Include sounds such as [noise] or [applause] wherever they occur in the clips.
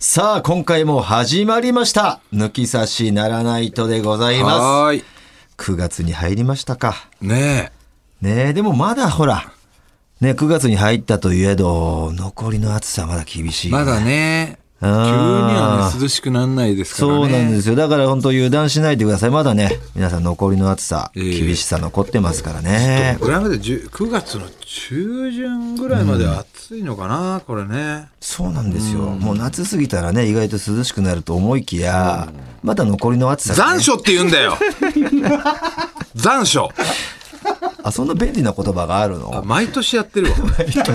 さあ、今回も始まりました。抜き差しならないとでございまはーい。す。9月に入りましたか。ねねえ、でもまだほら、ね、9月に入ったといえど、残りの暑さまだ厳しえ。い。まだね。急にあーはね、涼しくなんないですからね。。そうなんですすよ。だから本当油断しないでください。まだね、皆さん残りの暑さ、ええ厳しさ残ってますからね。これまで10 9月の中旬ぐらいまで暑いのかな、これね。そうなんですよ。もう夏過ぎたらね、意外と涼しくなると思いきや、まだ残りの暑さがね、残暑って言うんだ [laughs] よ残暑あ、そんな便利な言葉があるあの毎年やってるわ。毎年。く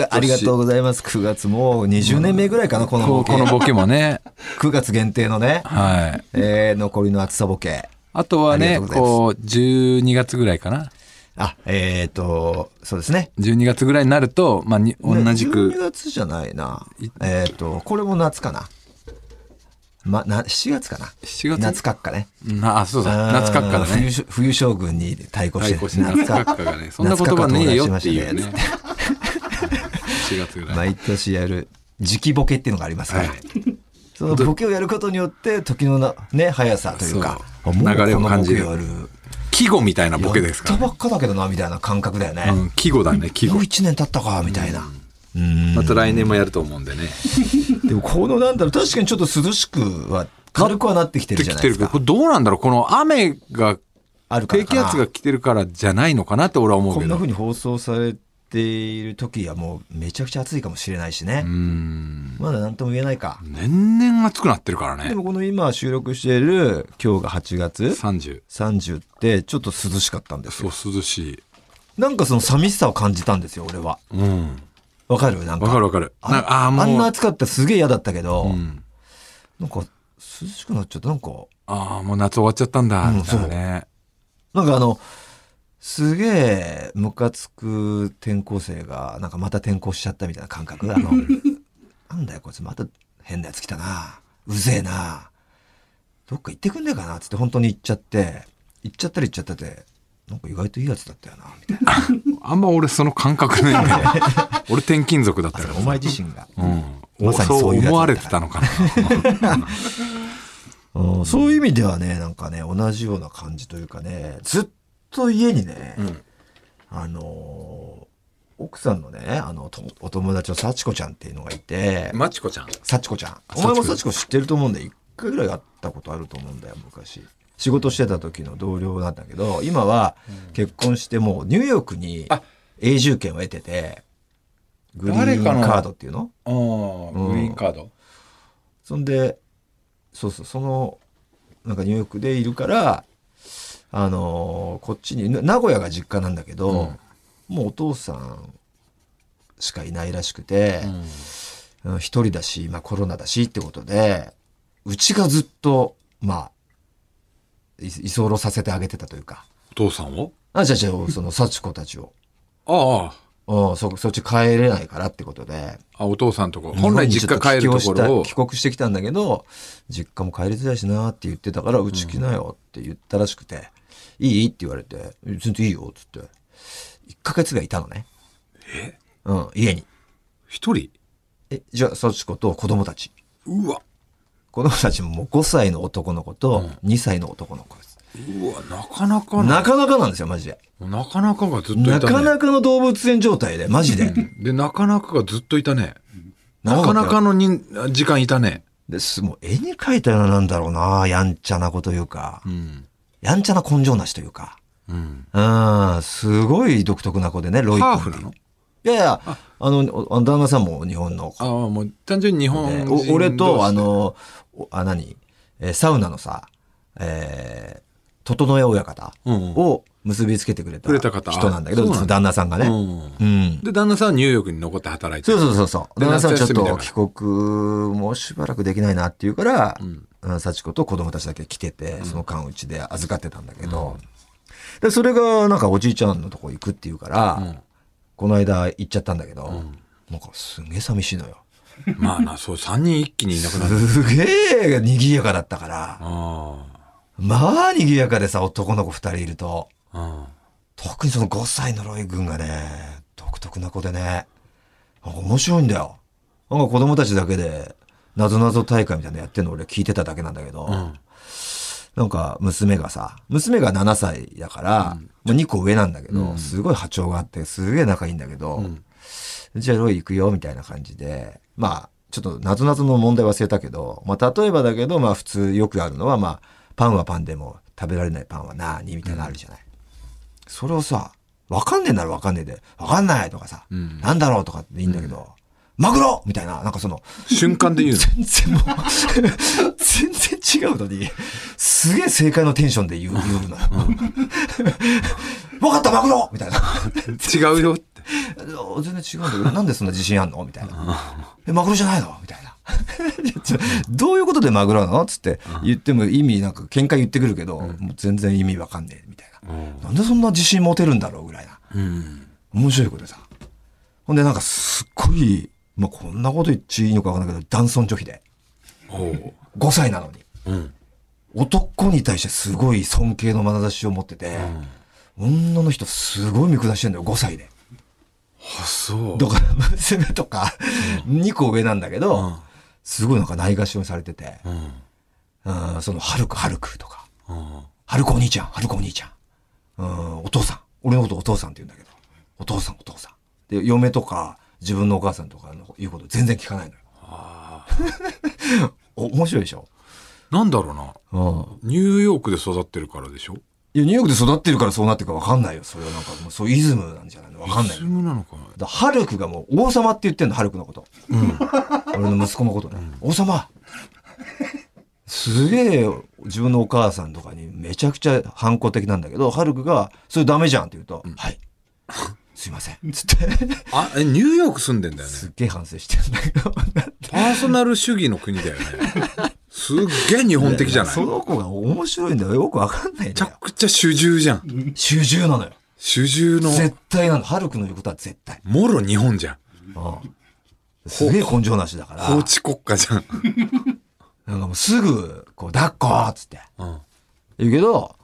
がありがとうございます。9月もう20年目ぐらいかな、このボ [laughs] こケ。このボケもね。 9月限定のね、はい。えー残りの暑さボケ。あとはありね、がとうございますこう、12月ぐらいかな。あ、えっ、と、そうですね。 12月ぐらいになると、まあ、に同じ12く。月じゃないな。えっ、と、これも夏かな。ま、な、7月かな。 7月夏閣下ね。なあ、そうそう。あー夏閣下だね。冬し冬将軍に対抗して対抗して夏閣下がね、そんな言夏閣葉下とねえよ同ってじいしまうしたね。4月ぐら [laughs] い。毎年やる時期ボケっていうのがありますから、はいそのボケをやることによって時のな、ね、速さというかそうあもう流れを感じるこのボケやる季語みたいなボケですかやらっね。たばっかだけどなみたいな感覚だよね、うん、季語だね、季も語う。1年経ったかみたいな、うんまた来年もやると思うんでね。でもこのなんだろう確かにちょっと涼しくは軽くはなってきてるでじゃ来ないでてるすけど、かこれどうなんだろうこの雨が、あるから低か気な圧が来てるからじゃないのかなって俺は思うこけんなど風。に放送されている時はもうめちゃくちゃ暑いかもしれないしね、うん。まだ何とも言えないか、年々暑くなってるからでね。もこの今収録している今日が8月30。 30ってちょっと涼しかったんですそよ。う、涼しい。なんかその寂しさを感じたんですよ、俺は。うん。わかるなんか。わかるわかる。あなんかあー、もう。あんな暑かったらすげえ嫌だったけど、うん。なんか涼しくなっちゃった。なんか、ああ、もう夏終わっちゃったんだ、うんみたいなね。なんかあの、すげえムカつく転校生が、なんかまた転校しちゃったみたいな感覚。あの、なんだよこいつまた変なやつ来たな。うぜえな。どっか行ってくんねえかなっつって本当に行っちゃって、行っちゃったら行っちゃったで、なんか意外といいやつだったよな、みたいな。あんま俺その感覚ないんだよね。 [laughs] 俺転勤族だったからさ。自身が。うん。まさにそそうういうやつだった思われてたのかな。うんそういう意味ではね、なんかね、同じような感じというかね、ずっと家にね、 [laughs] うんあのー奥さんのね、あの、とお友達の幸子ちゃんっていうのがいて、マチコちゃん。幸子ちゃん。幸お子前も幸子知ってると思うんで、一回ぐらい会ったことあると思うんだよ、昔。仕事してた時の同僚なんだけど、今は結婚してもうニューヨークにあ永住権を得てて、グリーンカ誰かのードっていうのああ、グリーンカード。そんで、そうそう、その、なんかニューヨークでいるから、あのーこっちに、な名古屋が実家なんだけど、もうお父さんしかいないらしくて、うん一人だし、まあコロナだしってことで、うちがずっと、まあ、い居候させてあげてたというか、お父さんをあ、じゃあじゃあ、その、幸子たちを、あうん、そ、そっち帰れないからってことで、あ、あお父さんとこ。本来実家帰ると日本こにちょっろとを帰。国してきたんだけど実家も帰りづらいしなって言ってたからうち来なよって言ったらしくて「いい?」って言われて「え全然いいよ」っつって1ヶ月がいたのねうん家に一人えじゃあ幸子と子供たちうわ。子供たちももう5歳の男の子と2歳の男の子です、うわ、なかなかな。なかなかなんですよマジで、なかなかがずっといたね。なかなかの動物園状態でマジでで、なかなかがずっといたね。な長かったよなかの人時間いたね。ですもう絵に描いたようななんだろうなやんちゃな子というか、うん。やんちゃな根性なしというかうん。うん、すごい独特な子でね、ロイ君ハっーてフいうなのいやいや、あの、おあの旦那さんも日本のあ子あ、もう単純に日で本人同士でお俺と、あ、の、おあ、何えーサウナのさ、えー、整え親方うんを結びつけてくれくれたた方人なんだけど、あそうそのなんだ旦那さんがね。うんうん。で、旦那さんはニューヨークに残って働いてそうそる。うそうそう。で旦那さんはちょっ夏休みだとから帰国もうしばらくできないなっていうから、んうん、幸子と子供たちだけ来てて、その間うちで預かってたんだけど、で、それがなんかおじいちゃんのとこ行くっていうから、この間行っちゃったんだけど、なんかすげえ寂しいのよ。まあな、そう、三人一気にいな [laughs] くなる。すげえ賑やかだったから、あまあ賑やかでさ、男の子二人いると、あ。うん特にその5歳のロイ君がね、独特な子でね、なんか面白いんだよ。なんか子供たちだけでなぞなぞ大会みたいなのやってんの俺聞いてただけなんだけど、うん。なんか娘がさ、娘が7歳だから、もう2個上なんだけど、うんすごい波長があって、すげえ仲いいんだけど、うん。じゃあロイ行くよ、みたいな感じで、まあ、ちょっと謎々の問題忘れたけど、まあ例えばだけど、まあ普通よくあるのは、まあ、パンはパンでも食べられないパンは何みたいなのあるじゃない。それをさ、わかんねえならわかんねえで、わかんないとかさ、うんなんだろうとかって言うんだけど、マグロみたいな、なんかその、瞬間で言うの。全然もう、全然違うのに、すげえ正解のテンションで言う言うのよ。わかった、マグロみたいな。違うよって。全然違うんだけど、なんでそんな自信あんのみたいな。え、マグロじゃないのみたいな。 [laughs] いやちょどういうことでマグロなのつって言っても意味なんか見解言ってくるけど、もう全然意味わかんねえみたいな。なんでそんな自信持てるんだろうぐらいな。うん。面白いことでさ。ほんでなんかすっごい、まあ、こんなこと言っていいのかわかんないけど、男尊女卑で。おう。 5歳なのに。うん。男に対してすごい尊敬の眼差しを持ってて、女の人すごい見下してんだよ、5歳で。あ、そう。だから娘とか、2個上なんだけど、うんすごいなんかないがしろにされてて、うん。うん、その、はるくはるくとか、うん。はるくお兄ちゃん、はるくお兄ちゃん、うん、お父さん、俺のことお父さんって言うんだけど、お父さんお父さん。で、嫁とか、自分のお母さんとかの言うこと全然聞かないのよ。お面白いでしょなんだろうな。うん。ニューヨークで育ってるからでしょいや、ニューヨークで育ってるからそうなってるか分かんないよ。それはなんか、もうそういうイズムなんじゃないの分かんない普。通なのかなだハルクがもう王様って言ってんの、ハルクのこと。俺の息子のことね。王様すげえ、自分のお母さんとかにめちゃくちゃ反抗的なんだけど、ハルクが、それダメじゃんって言うと、はい。すいません。つって、 [laughs] あ、え、ニューヨーク住んでんだよね。すっげえ反省してんだけど。パーソナル主義の国だよね。すっげえ日本的じゃないその子が面白いんだよ。よくわかんないんめちだゃよ。くちゃ主従じゃん。主従なのよ。主従の、絶対なの。ハルクの言うことは絶対。もろ日本じゃん。うんすげえ根性なしだから。法治国家じゃん。なんかもうすぐ、こう、抱っこっつって。うん。言うけど、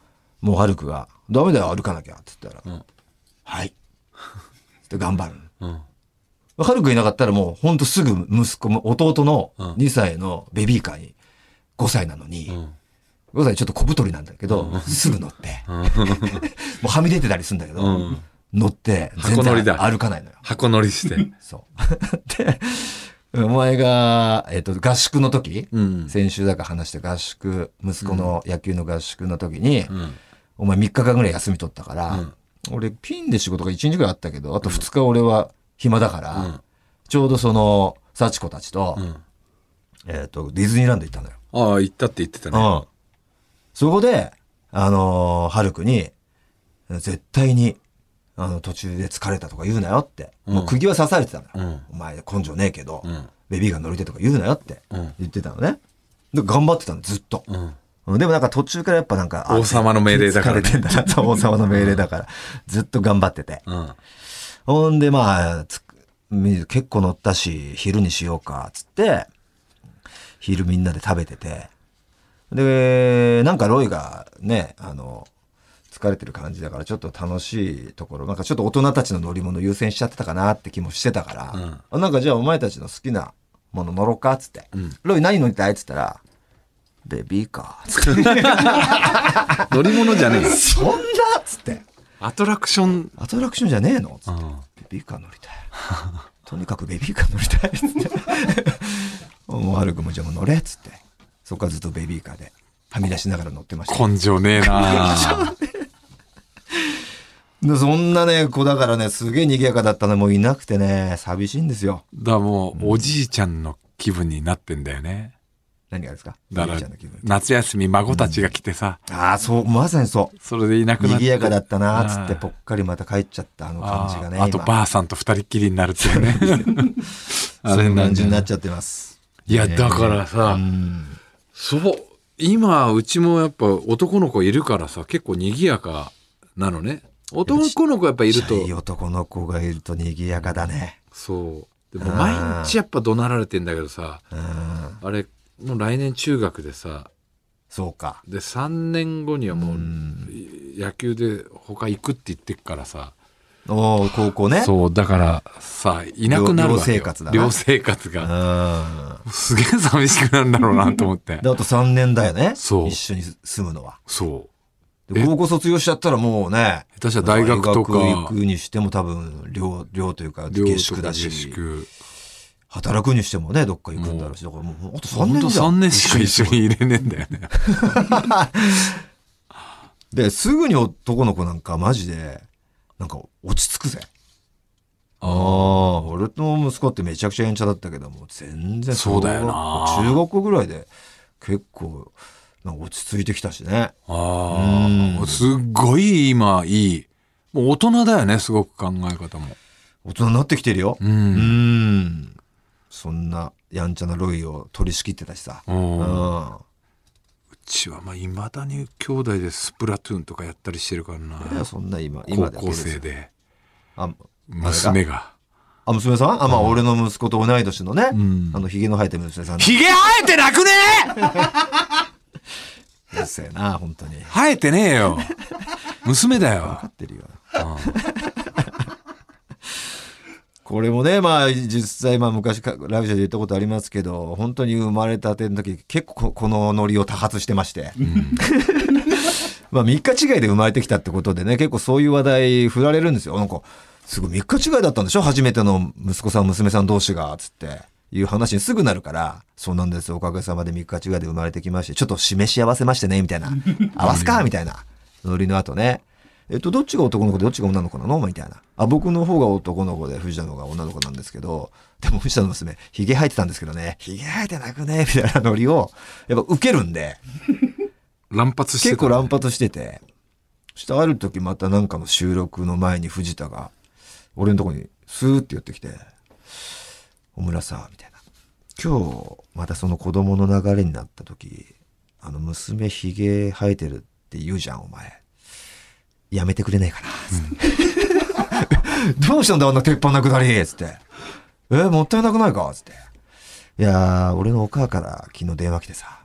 もうハルクが、ダメだよ、歩かなきゃ、って言ったら、うんはい。って頑張る。うん。ハルクいなかったらもう、ほんとすぐ息子も、弟のうん2歳のベビーカーに、5歳なのに、うん。 5歳ちょっと小太りなんだけど、すぐ乗って、 [laughs] もうはみ出てたりするんだけど、うん乗って、全箱乗りだ然歩かないのよ。箱乗りして。そう。 [laughs] で、お前が、えっ、と、合宿の時、うん。先週だから話した合宿、息子の野球の合宿の時に、うん。お前3日間ぐらい休み取ったから、うん俺ピンで仕事が1日ぐらいあったけど、あと2日俺は暇だから、うんちょうどその、幸子たちと、うん。えっ、と、ディズニーランド行ったのよ。ああ、行ったって言ってたね。うん。そこで、あのー、はるくに、絶対に、あの、途中で疲れたとか言うなよって、もう釘は刺されてたのよ。うんお前根性ねえけど、うん。ベビーが乗り手とか言うなよってうん言ってたのね。で、頑張ってたの、ずっと。うん。うんでもなんか途中からやっぱなんか、あ王様の命令だからね疲れてんだなと、王様の命令だから。ずっと頑張ってて。うん。ほんでまあ、つ結構乗ったし、昼にしようか、つって、昼みんなで食べてて。で、なんかロイがね、あの、疲れてる感じだからちょっと楽しいところ、なんかちょっと大人たちの乗り物優先しちゃってたかなって気もしてたから、うんあなんかじゃあお前たちの好きなもの乗ろうか、つって。うんロイ何乗りたいっつったら、ベビーカー、つって。 [laughs] 乗り物じゃねえよ。そんなっつって。アトラクション。アトラクションじゃねえのつって。ん。ベビーカー乗りたい。とにかくベビーカー乗りたい。つって。もう、はるくんもじゃあもう乗れ。つって。そっからずっとベビーカーで、はみ出しながら乗ってました。根性ねえ [laughs] なでそんなね、子だからね、すげえ賑やかだったのもういなくてね、寂しいんですよ。だ、もう、おじいちゃんの気分になってんだよね。何がですかだかゆらりちゃんの気分、夏休み孫たちが来てさ、ああ、そう、まさにそそれでいなう。くなって。賑やかだったな、つって、うんぽっかりまた帰っちゃった、あの感じがね。あーあと、今ばあさんと二人っきりになるっていうね。 [laughs] そういう感じになっゃちゃってます。いや、だからさ、うん。そう、今、うちもやっぱ男の子いるからさ、結構賑やかなのね。男の子やっぱいると、いい男の子がいると賑やかだね。そう。でも毎日やっぱ怒鳴られてんだけどさ、うん。あれ、もう来年中学でさ、そうか。で、3年後にはもう、うんい野球で他行くって言ってっからさ、おー高校ねそうだからさいなくなるわけよ寮生活だな寮生活うがんすげえ寂しくなるんだろうなと思ってであと3年 [laughs] だよねそう一緒に住むのはそうでえ高校卒業しちゃったらもうね下手したら大学とか大学行くにしても多分寮寮というか寮とか下宿だ下し宿働くにしてもねどっか行くんだろうしだからもうあと3ほん年とじゃん3年しか一緒にいれねえんだよねですぐに男の子なんかマジでなんか落ち着くぜあああ俺の息子ってめちゃくちゃやんちゃだったけども全然そうだよな小学校中学校ぐらいで結構なんか落ち着いてきたしねあーうんすっごい今いいもう大人だよねすごく考え方も大人になってきてるよううんんそんなやんちゃなロイを取り仕切ってたしさうんうんうちはまあいまだに兄弟でスプラトゥーンとかやったりしてるからないやそんな今今高だけ校生でであ娘があ娘さんあまあ俺の息子と同い年のねんあのひげの生えた娘さんうひげ生えてなくねえるせえな本当に分生えてねえよ娘だよかってるよ [laughs] これもねまあ実際まあ昔かラビシャで言ったことありますけど本当に生まれたての時結構ここのノリを多発してまして、まあ3日違いで生まれてきたってことでね結構そういう話題振られるんですよなんかすごい3日違いだったんでしょ初めての息子さん娘さん同士がつっていう話にすぐなるからそうなんですおかげさまで3日違いで生まれてきましてちょっと示し合わせましてねみたいな合わすかみたいなノリの後ねえっと、どっちが男の子でどっちが女の子なのみたいな。あ、僕の方が男の子で藤田の方が女の子なんですけど、でも藤田の娘、ヒゲ生えてたんですけどね、ヒゲ生えてなくねみたいなノリを、やっぱ受けるんで、乱発して結た構乱発してて、そしてある時またなんかの収録の前に藤田が、俺のとこにスーって寄ってきて、小村さ、みたいな。今日、またその子供の流れになった時、あの、娘ヒゲ生えてるって言うじゃん、お前。やめてくれないかな、つって。どうしたんだ、あんな鉄板なくなり、つって。え、もったいなくないか、つって。いやー、俺のお母から昨日電話来てさ、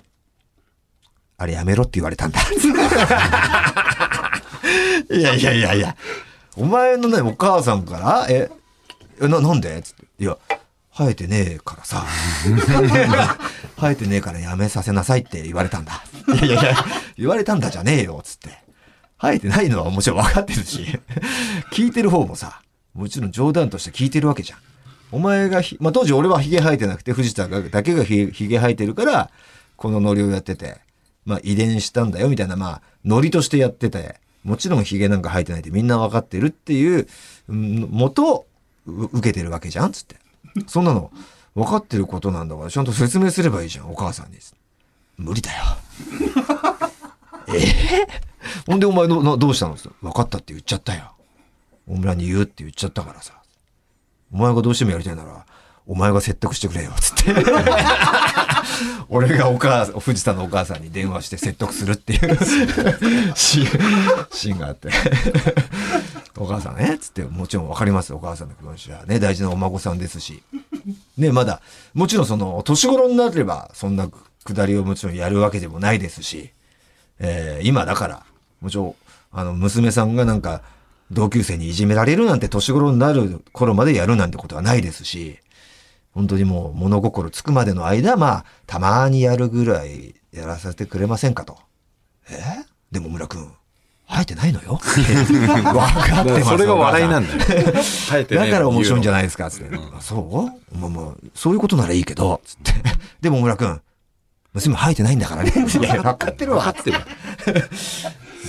あれやめろって言われたんだ。 [laughs] いやいやいやいや。お前のね、お母さんから、え、えな、なんでつって。いや、生えてねえからさ。 [laughs] 生えてねえからやめさせなさいって言われたんだ。いやいやいや、言われたんだじゃねえよ、つって。生えてないのはもちろん分かってるし、聞いてる方もさ、もちろん冗談として聞いてるわけじゃん。お前がひ、まあ、当時俺はヒゲ生えてなくて、藤田がだけがヒゲヒゲ生えてるから、このノリをやってて、まあ、遺伝したんだよ、みたいな、まあ、ノリとしてやってて、もちろんヒゲなんか生えてないってみんな分かってるっていう、うんもと、う受けてるわけじゃん、つって。そんなの、分かってることなんだから、ちゃんと説明すればいいじゃん、お母さんに。無理だよ。ほんでお前のなどうしたのって言ったら分かったって言っちゃったよ。大村に言うって言っちゃったからさ。お前がどうしてもやりたいなら、お前が説得してくれよ、つって。俺がお母さん、藤田のお母さんに電話して説得するっていうシーンシーンがあって。お母さんね、つって、もちろん分かります、お母さんの気持ちは。ね、大事なお孫さんですし。ね、まだ、もちろんその、年頃になれば、そんなくだりをもちろんやるわけでもないですし。えー今だから、もちろん、あの、娘さんがなんか、同級生にいじめられるなんて年頃になる頃までやるなんてことはないですし、本当にもう物心つくまでの間、まあ、たまにやるぐらいやらせてくれませんかと。えでも村くん、生えてないの [laughs] よわかってますそれが笑いなんんだよ生えてねえだから面白いんじゃないないですか、つって。あそうまあまあ、そういうことならいいけど、つって。 [laughs] でも、小村くん、娘生えてないんだからね。 [laughs] いや、分かってるわ。分かってる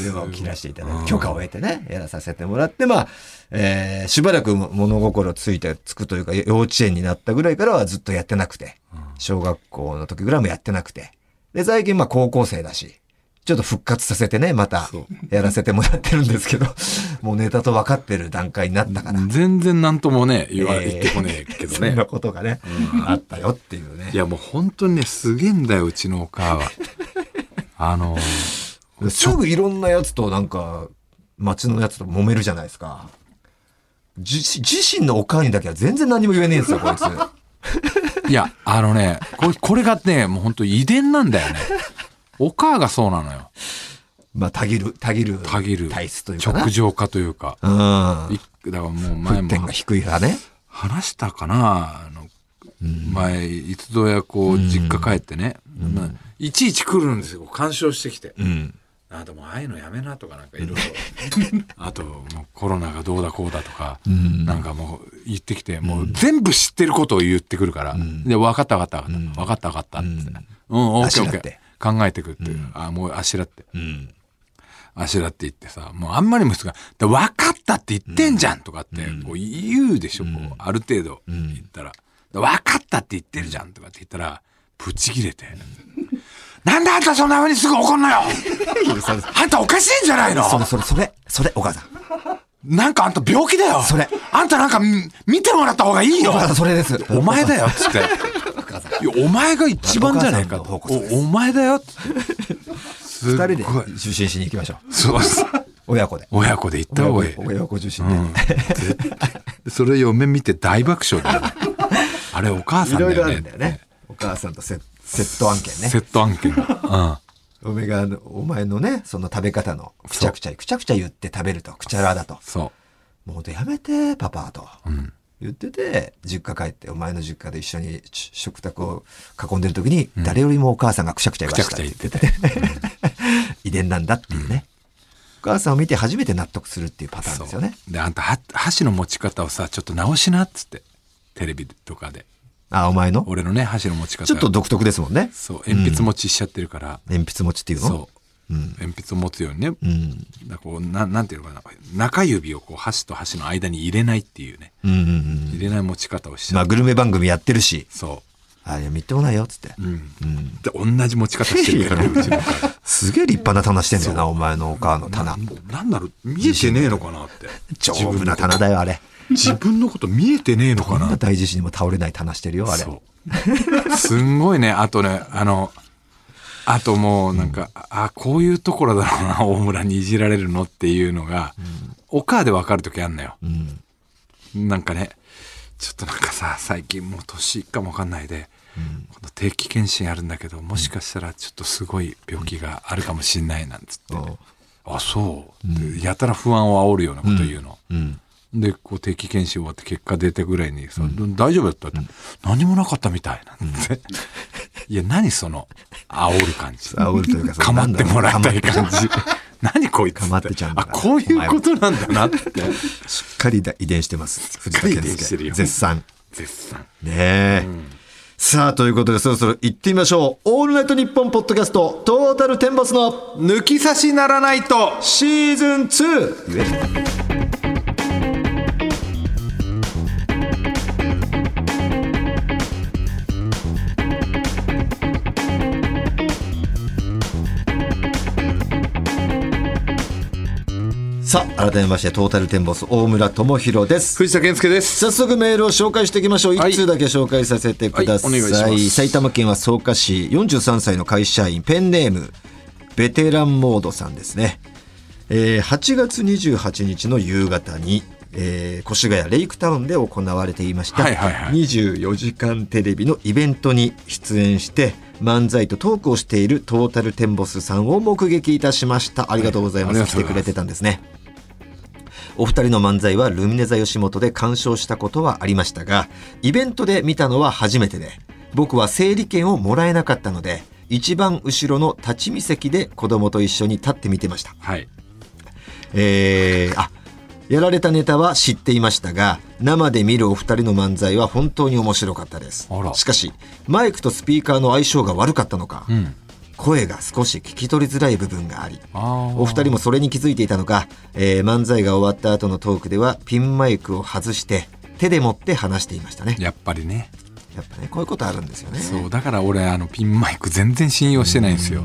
電話を切らせていただいて、許可を得てね、やらさせてもらって、まあ、えーしばらくも物心ついて、つくというか、幼稚園になったぐらいからはずっとやってなくて、小学校の時ぐらいもやってなくて、で、最近まあ高校生だし、ちょっと復活させてね、またそ、やらせてもらってるんですけど、もうネタと分かってる段階になったから。全然なんともね言わ、えー言ってこねえけどそんなねことがね、あったよっていうねい。やもう本当にねすげえんだようちのお母はあのーすぐいろんなやつとなんか、町のやつと揉めるじゃないですか。じ自身のおかんにだけは全然何も言えねえんですよ、こい [laughs] つ。いやあのねこれこれがねもう本当遺伝なんだよねお母がそうなのよまあ、たぎる、たぎる。たぎる体質というかな。直情化というか、うん。いだからもう前沸も点が低い派ね。話したかなあのうん。前いつどやこううん実家帰ってね、うんないちいち来るんですよ干渉してきてうん。あともうああいうのやめなとかなんかいろいろ [laughs] あともうコロナがどうだこうだとか、うんなんかもう言ってきて、もう全部知ってることを言ってくるから、んで分かった分かったう分かった、ん分かった分かったっつって、うん、あオッケしーオらッっケてー考えてくっていう、あもうあしらって [laughs] うん。あしらって言ってさもうあんまりもしつが「で分かったって言ってんじゃん」とかってこう言うでしょ、こうある程度ん言ったら「で分かったって言ってるじゃん」とかって言ったらブチ切れて「なんであんたそんな風にすぐ怒んのよそれ、あんたおかしいんじゃないのそれ、それ、それ、それ、お母さん。なんかあんた病気だよそれあんたなんかみ見てもらった方がいいよお母さん、それです。お前だよっつって。いやお前が一番じゃないかお母さんの方こそとですおお前だよっつって。す二っご人いで受診しに行きましょう。そうっす親子で。親子で行った方がいい。親子受診うで。ん [laughs] 絶対それ嫁見て大爆笑だよね。 [laughs] あれお母さいんだろいろよあね。るんだよね。お母さんとセセット案件ねセ。ット案件が。嫁があの、お前のね、その食べ方の、くちゃくちゃ、くちゃくちゃ言って食べると、くちゃらだとうん。。そもうほんとやめて、パパ、と。う。うん。言ってて、実家帰って、お前の実家で一緒にし食卓を囲んでる時に、誰よりもお母さんがくちゃくちゃ言くわちゃしくたちゃって言言っってて、てて。 [laughs] 遺伝なんだっていうね。お母さんを見て初めて納得するっていうパターンそですよね。う。で、あんたは箸の持ち方をさ、ちょっと直しなっつって。テレビとかで。あ、お前の俺のね、箸の持ち方。ちょっと、独特ですもんね。そう、鉛筆持ちしちゃってるから。鉛筆持ちっていうのそう、鉛筆を持つようにね、うん。だからこうななんていうのかな中指をこう箸と箸の間に入れないっていうねうんうんうん。入れない持ち方をしちまゃう、あ、グルメ番組やってるし、そあ、いや、みっともないよ、つって。う、うん、うん。で同じ持ち方してる [laughs] からねうちのお母すげえ立派な棚してんだよな、お前のお母のさ棚。んなんだろう見えてねえのかなって [laughs] 丈夫な棚だよ、あれ。自分のこと見えてねえのかこんなな大地震にも倒れない棚してる [laughs] よ、あれ。そうすんごいねあとねあのあともうなんか、あこういうところだろうな大 [laughs] 村にいじられるのっていうのが、お母で分かる時あんのよ、うん。なんかね、ちょっとなんかさ、最近もう年いっかもわかんないで、この定期検診あるんだけど、もしかしたらちょっとすごい病気があるかもしんないなんつって、うんあ、そう、ってやたら不安を煽るようなこと言うの。うん。で、こう定期検診終わって結果出てぐらいに、その大丈夫だったって、何もなかったみたいなんて。いや、何その、煽る感じ。煽るというか、そかのまなっんだてろうもらいたい感じ。 [laughs] 何こいつかまってちゃうんだあ、なこういうことなんだなって。しっかり遺伝してます。藤かり遺田伝健してる介。よ絶賛。絶賛。ねえ。さあ、ということで、そろそろ行ってみましょう。オールナイトニッポンポッドキャスト、トータルテンボスの抜き差しならないとシーズン 2! 言えるさあ、改めまして、トータルテンボス、大村智広です。藤田健介です早速メールを紹介していきましょう。はい一通だけ紹介させてください。はいお願いします埼玉県は草加市43歳の会社員ペンネームベテランモードさんですね。えー8月28日の夕方に、えー越谷レイクタウンで行われていました、はいはいはい24時間テレビのイベントに出演して漫才とトークをしているトータルテンボスさんを目撃いたしました。ありがとうございます。はいありが来とてうございますくれてたんですね。お二人の漫才はルミネ座吉本で鑑賞したことはありましたが、イベントで見たのは初めてで、僕は整理券をもらえなかったので、一番後ろの立ち見席で子供と一緒に立って見てました。はいえー、あやられたネタは知っていましたが生で見るお二人の漫才は本当に面白かったですあらしかしマイクとスピーカーの相性が悪かったのか、ん声が少し聞き取りづらい部分がありあーお二人もそれに気づいていたのか、えー漫才が終わった後のトークではピンマイクを外して手で持って話していましたねやっぱりねやっぱねこういうことあるんですよねそうだから俺あのピンマイク全然信用してないんですよ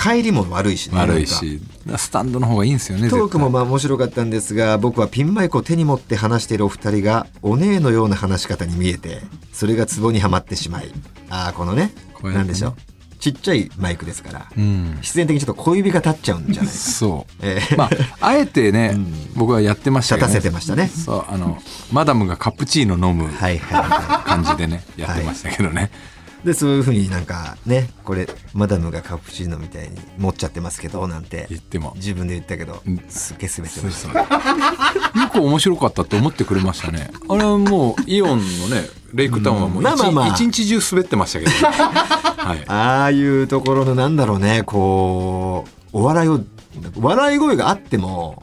帰りも悪いしね悪いなんかしだからスタンドの方がいいんですよねトークも絶まあ面白かったんですが僕はピンマイクを手に持って話しているお二人がお姉のような話し方に見えてそれがツボにはまってしまいああこのねこうやってねなんでしょうちっちゃいマイクですから、対うん必然的にちょっと小指が立っちゃうんじゃないですかそう、ええまああえてね、僕はやってました立けたど、ね、せてましたねそうあのマダムがカプチーノ飲む [laughs] はいはいはい感じでね、やってましたけどね、でそういうふうになんかねこれマダムがカプチーノみたいに持っちゃってますけどなんて言っても自分で言ったけどうんすっげえ滑ってそうましそうよく面白かったって思ってくれましたねあれはもうイオンのねレイクタウンはもう一,、まあまあまあ一日中滑ってましたけど、ね、はいたああいうところのなんだろうねこうお笑いを笑い声があっても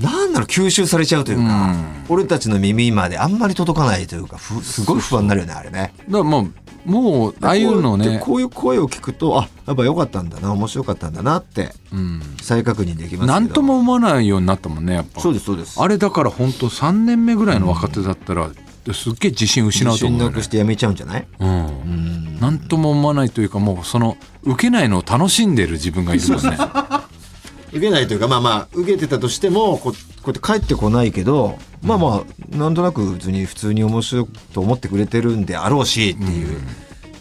なんだろう吸収されちゃうというか、俺たちの耳まであんまり届かないというかふすごい不安になるよねあれね。だからまあもうああいうのをねこうこういう声を聞くとあやっぱ良かったんだな面白かったんだなってうん再確認できますけど何とも思わないようになったもんねやっぱそうですそうですあれだから本当3年目ぐらいの若手だったら、すっげえ自信失うと信思うよ、託ねしてやめちゃうんじゃないうんうんなんとも思わないというかもうその受けないのを楽しんでる自分がいる [laughs] もんね受けないというかまあまあ受けてたとしてもここうやって帰ってこないけどまあまあなんとなく別に普通に面白いと思ってくれてるんであろうしっていう、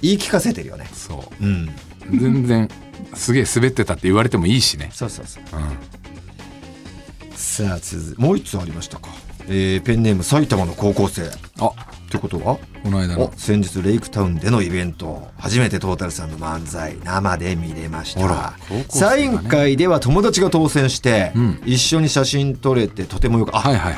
言い聞かせてるよねそううん全然すげえ滑ってたって言われてもいいしね、そうそうそううん、さあ続いもう一つありましたか、えーペンネーム埼玉の高校生っあてことはこの間のお先日レイクタウンでのイベント初めてトータルさんの漫才生で見れました、あら高校生サだねイン会では友達が当選して、うん一緒に写真撮れてとてもよくあ,、はいはいはい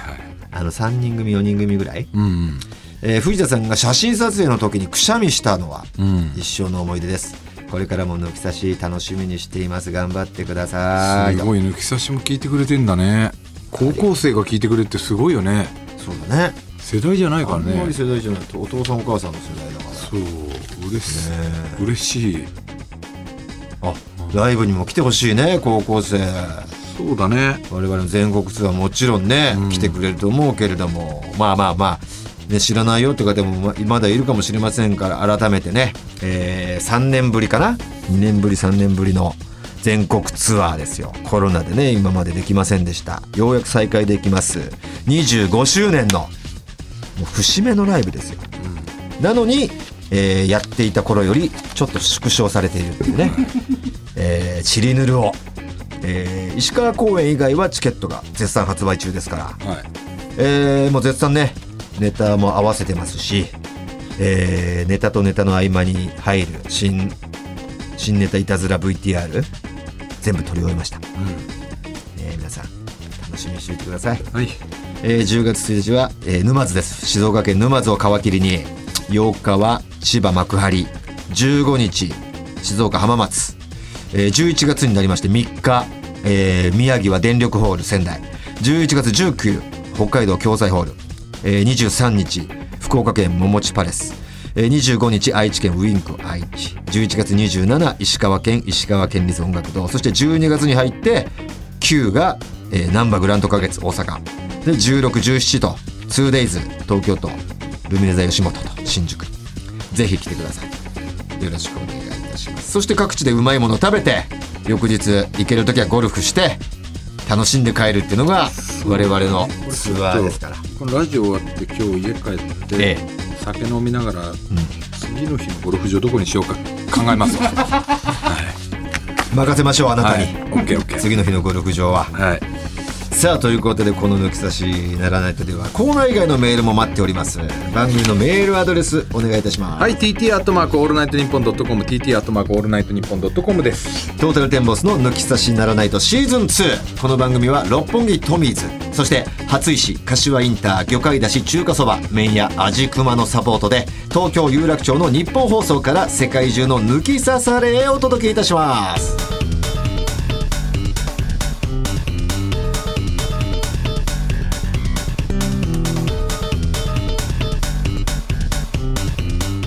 あの3人組4人組ぐらい、うんえー藤田さんが写真撮影の時にくしゃみしたのはうんうん一生の思い出ですこれからも抜き差し楽しみにしています頑張ってくださいすごい抜き差しも聞いてくれてんだね高校生が聞いてくれるってすごいよねそうだね世代じゃないかあらんまねり世代じゃないとお父さんお母さんの世代だかそう嬉しい、らね嬉しいあライブにも来てほしいね高校生そうだね我々の全国ツアーもちろんね、うん来てくれると思うけれどもまあまあまあ、ね、知らないよって方もままだいるかもしれませんから改めてね、え3年ぶりかな2年ぶり3年ぶりの全国ツアーですよコロナでね今までできませんでしたようやく再開できます25周年のもう節目のライブですよ、なのに、えーやっていた頃よりちょっと縮小されているっていうねえー、チリヌルを、えー石川公演以外はチケットが絶賛発売中ですから、はいえーもう絶賛ねネタも合わせてますし、えーネタとネタの合間に入る新新ネタいたずら VTR 全部撮り終えました、えー皆さん楽しみにしておいてください、はいえー10月1日は、えー沼津です静岡県沼津を皮切りに8日は千葉幕張15日静岡浜松、えー11月になりまして3日、えー宮城は電力ホール仙台11月19北海道共済ホール、えー23日福岡県桃地パレスえー25日愛知県ウィンク愛知11月27石川県石川県立音楽堂そして12月に入って9が、えー、難波グランド花月大阪で1617と 2days 東京都ルミネ座吉本と新宿ぜひ来てくださいよろしくお願いいたしますそして各地でうまいものを食べて翌日行ける時はゴルフして楽しんで帰るっていうのが我々のツアーですからこのラジオ終わって今日家帰って、ええ酒飲みながら、次の日のゴルフ場どこにしようか考えます [laughs] わはい任せましょうあなたはいに、オッケーオッケー次の日のゴルフ場ははいさあということでこの「抜き差しならないと」ではコーナー以外のメールも待っております番組のメールアドレスお願いいたします、はい、TT アットマークオールナイトニッポンドットコム TT アットマークオールナイトニッポンドットコムですトータルテンボスの「抜き差しならないと」シーズン2この番組は六本木トミーズそして初石柏インター魚介だし中華そば麺屋味熊のサポートで東京有楽町の日本放送から世界中の抜き差されへお届けいたします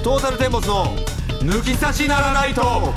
トータルテンボスの抜き差しならないと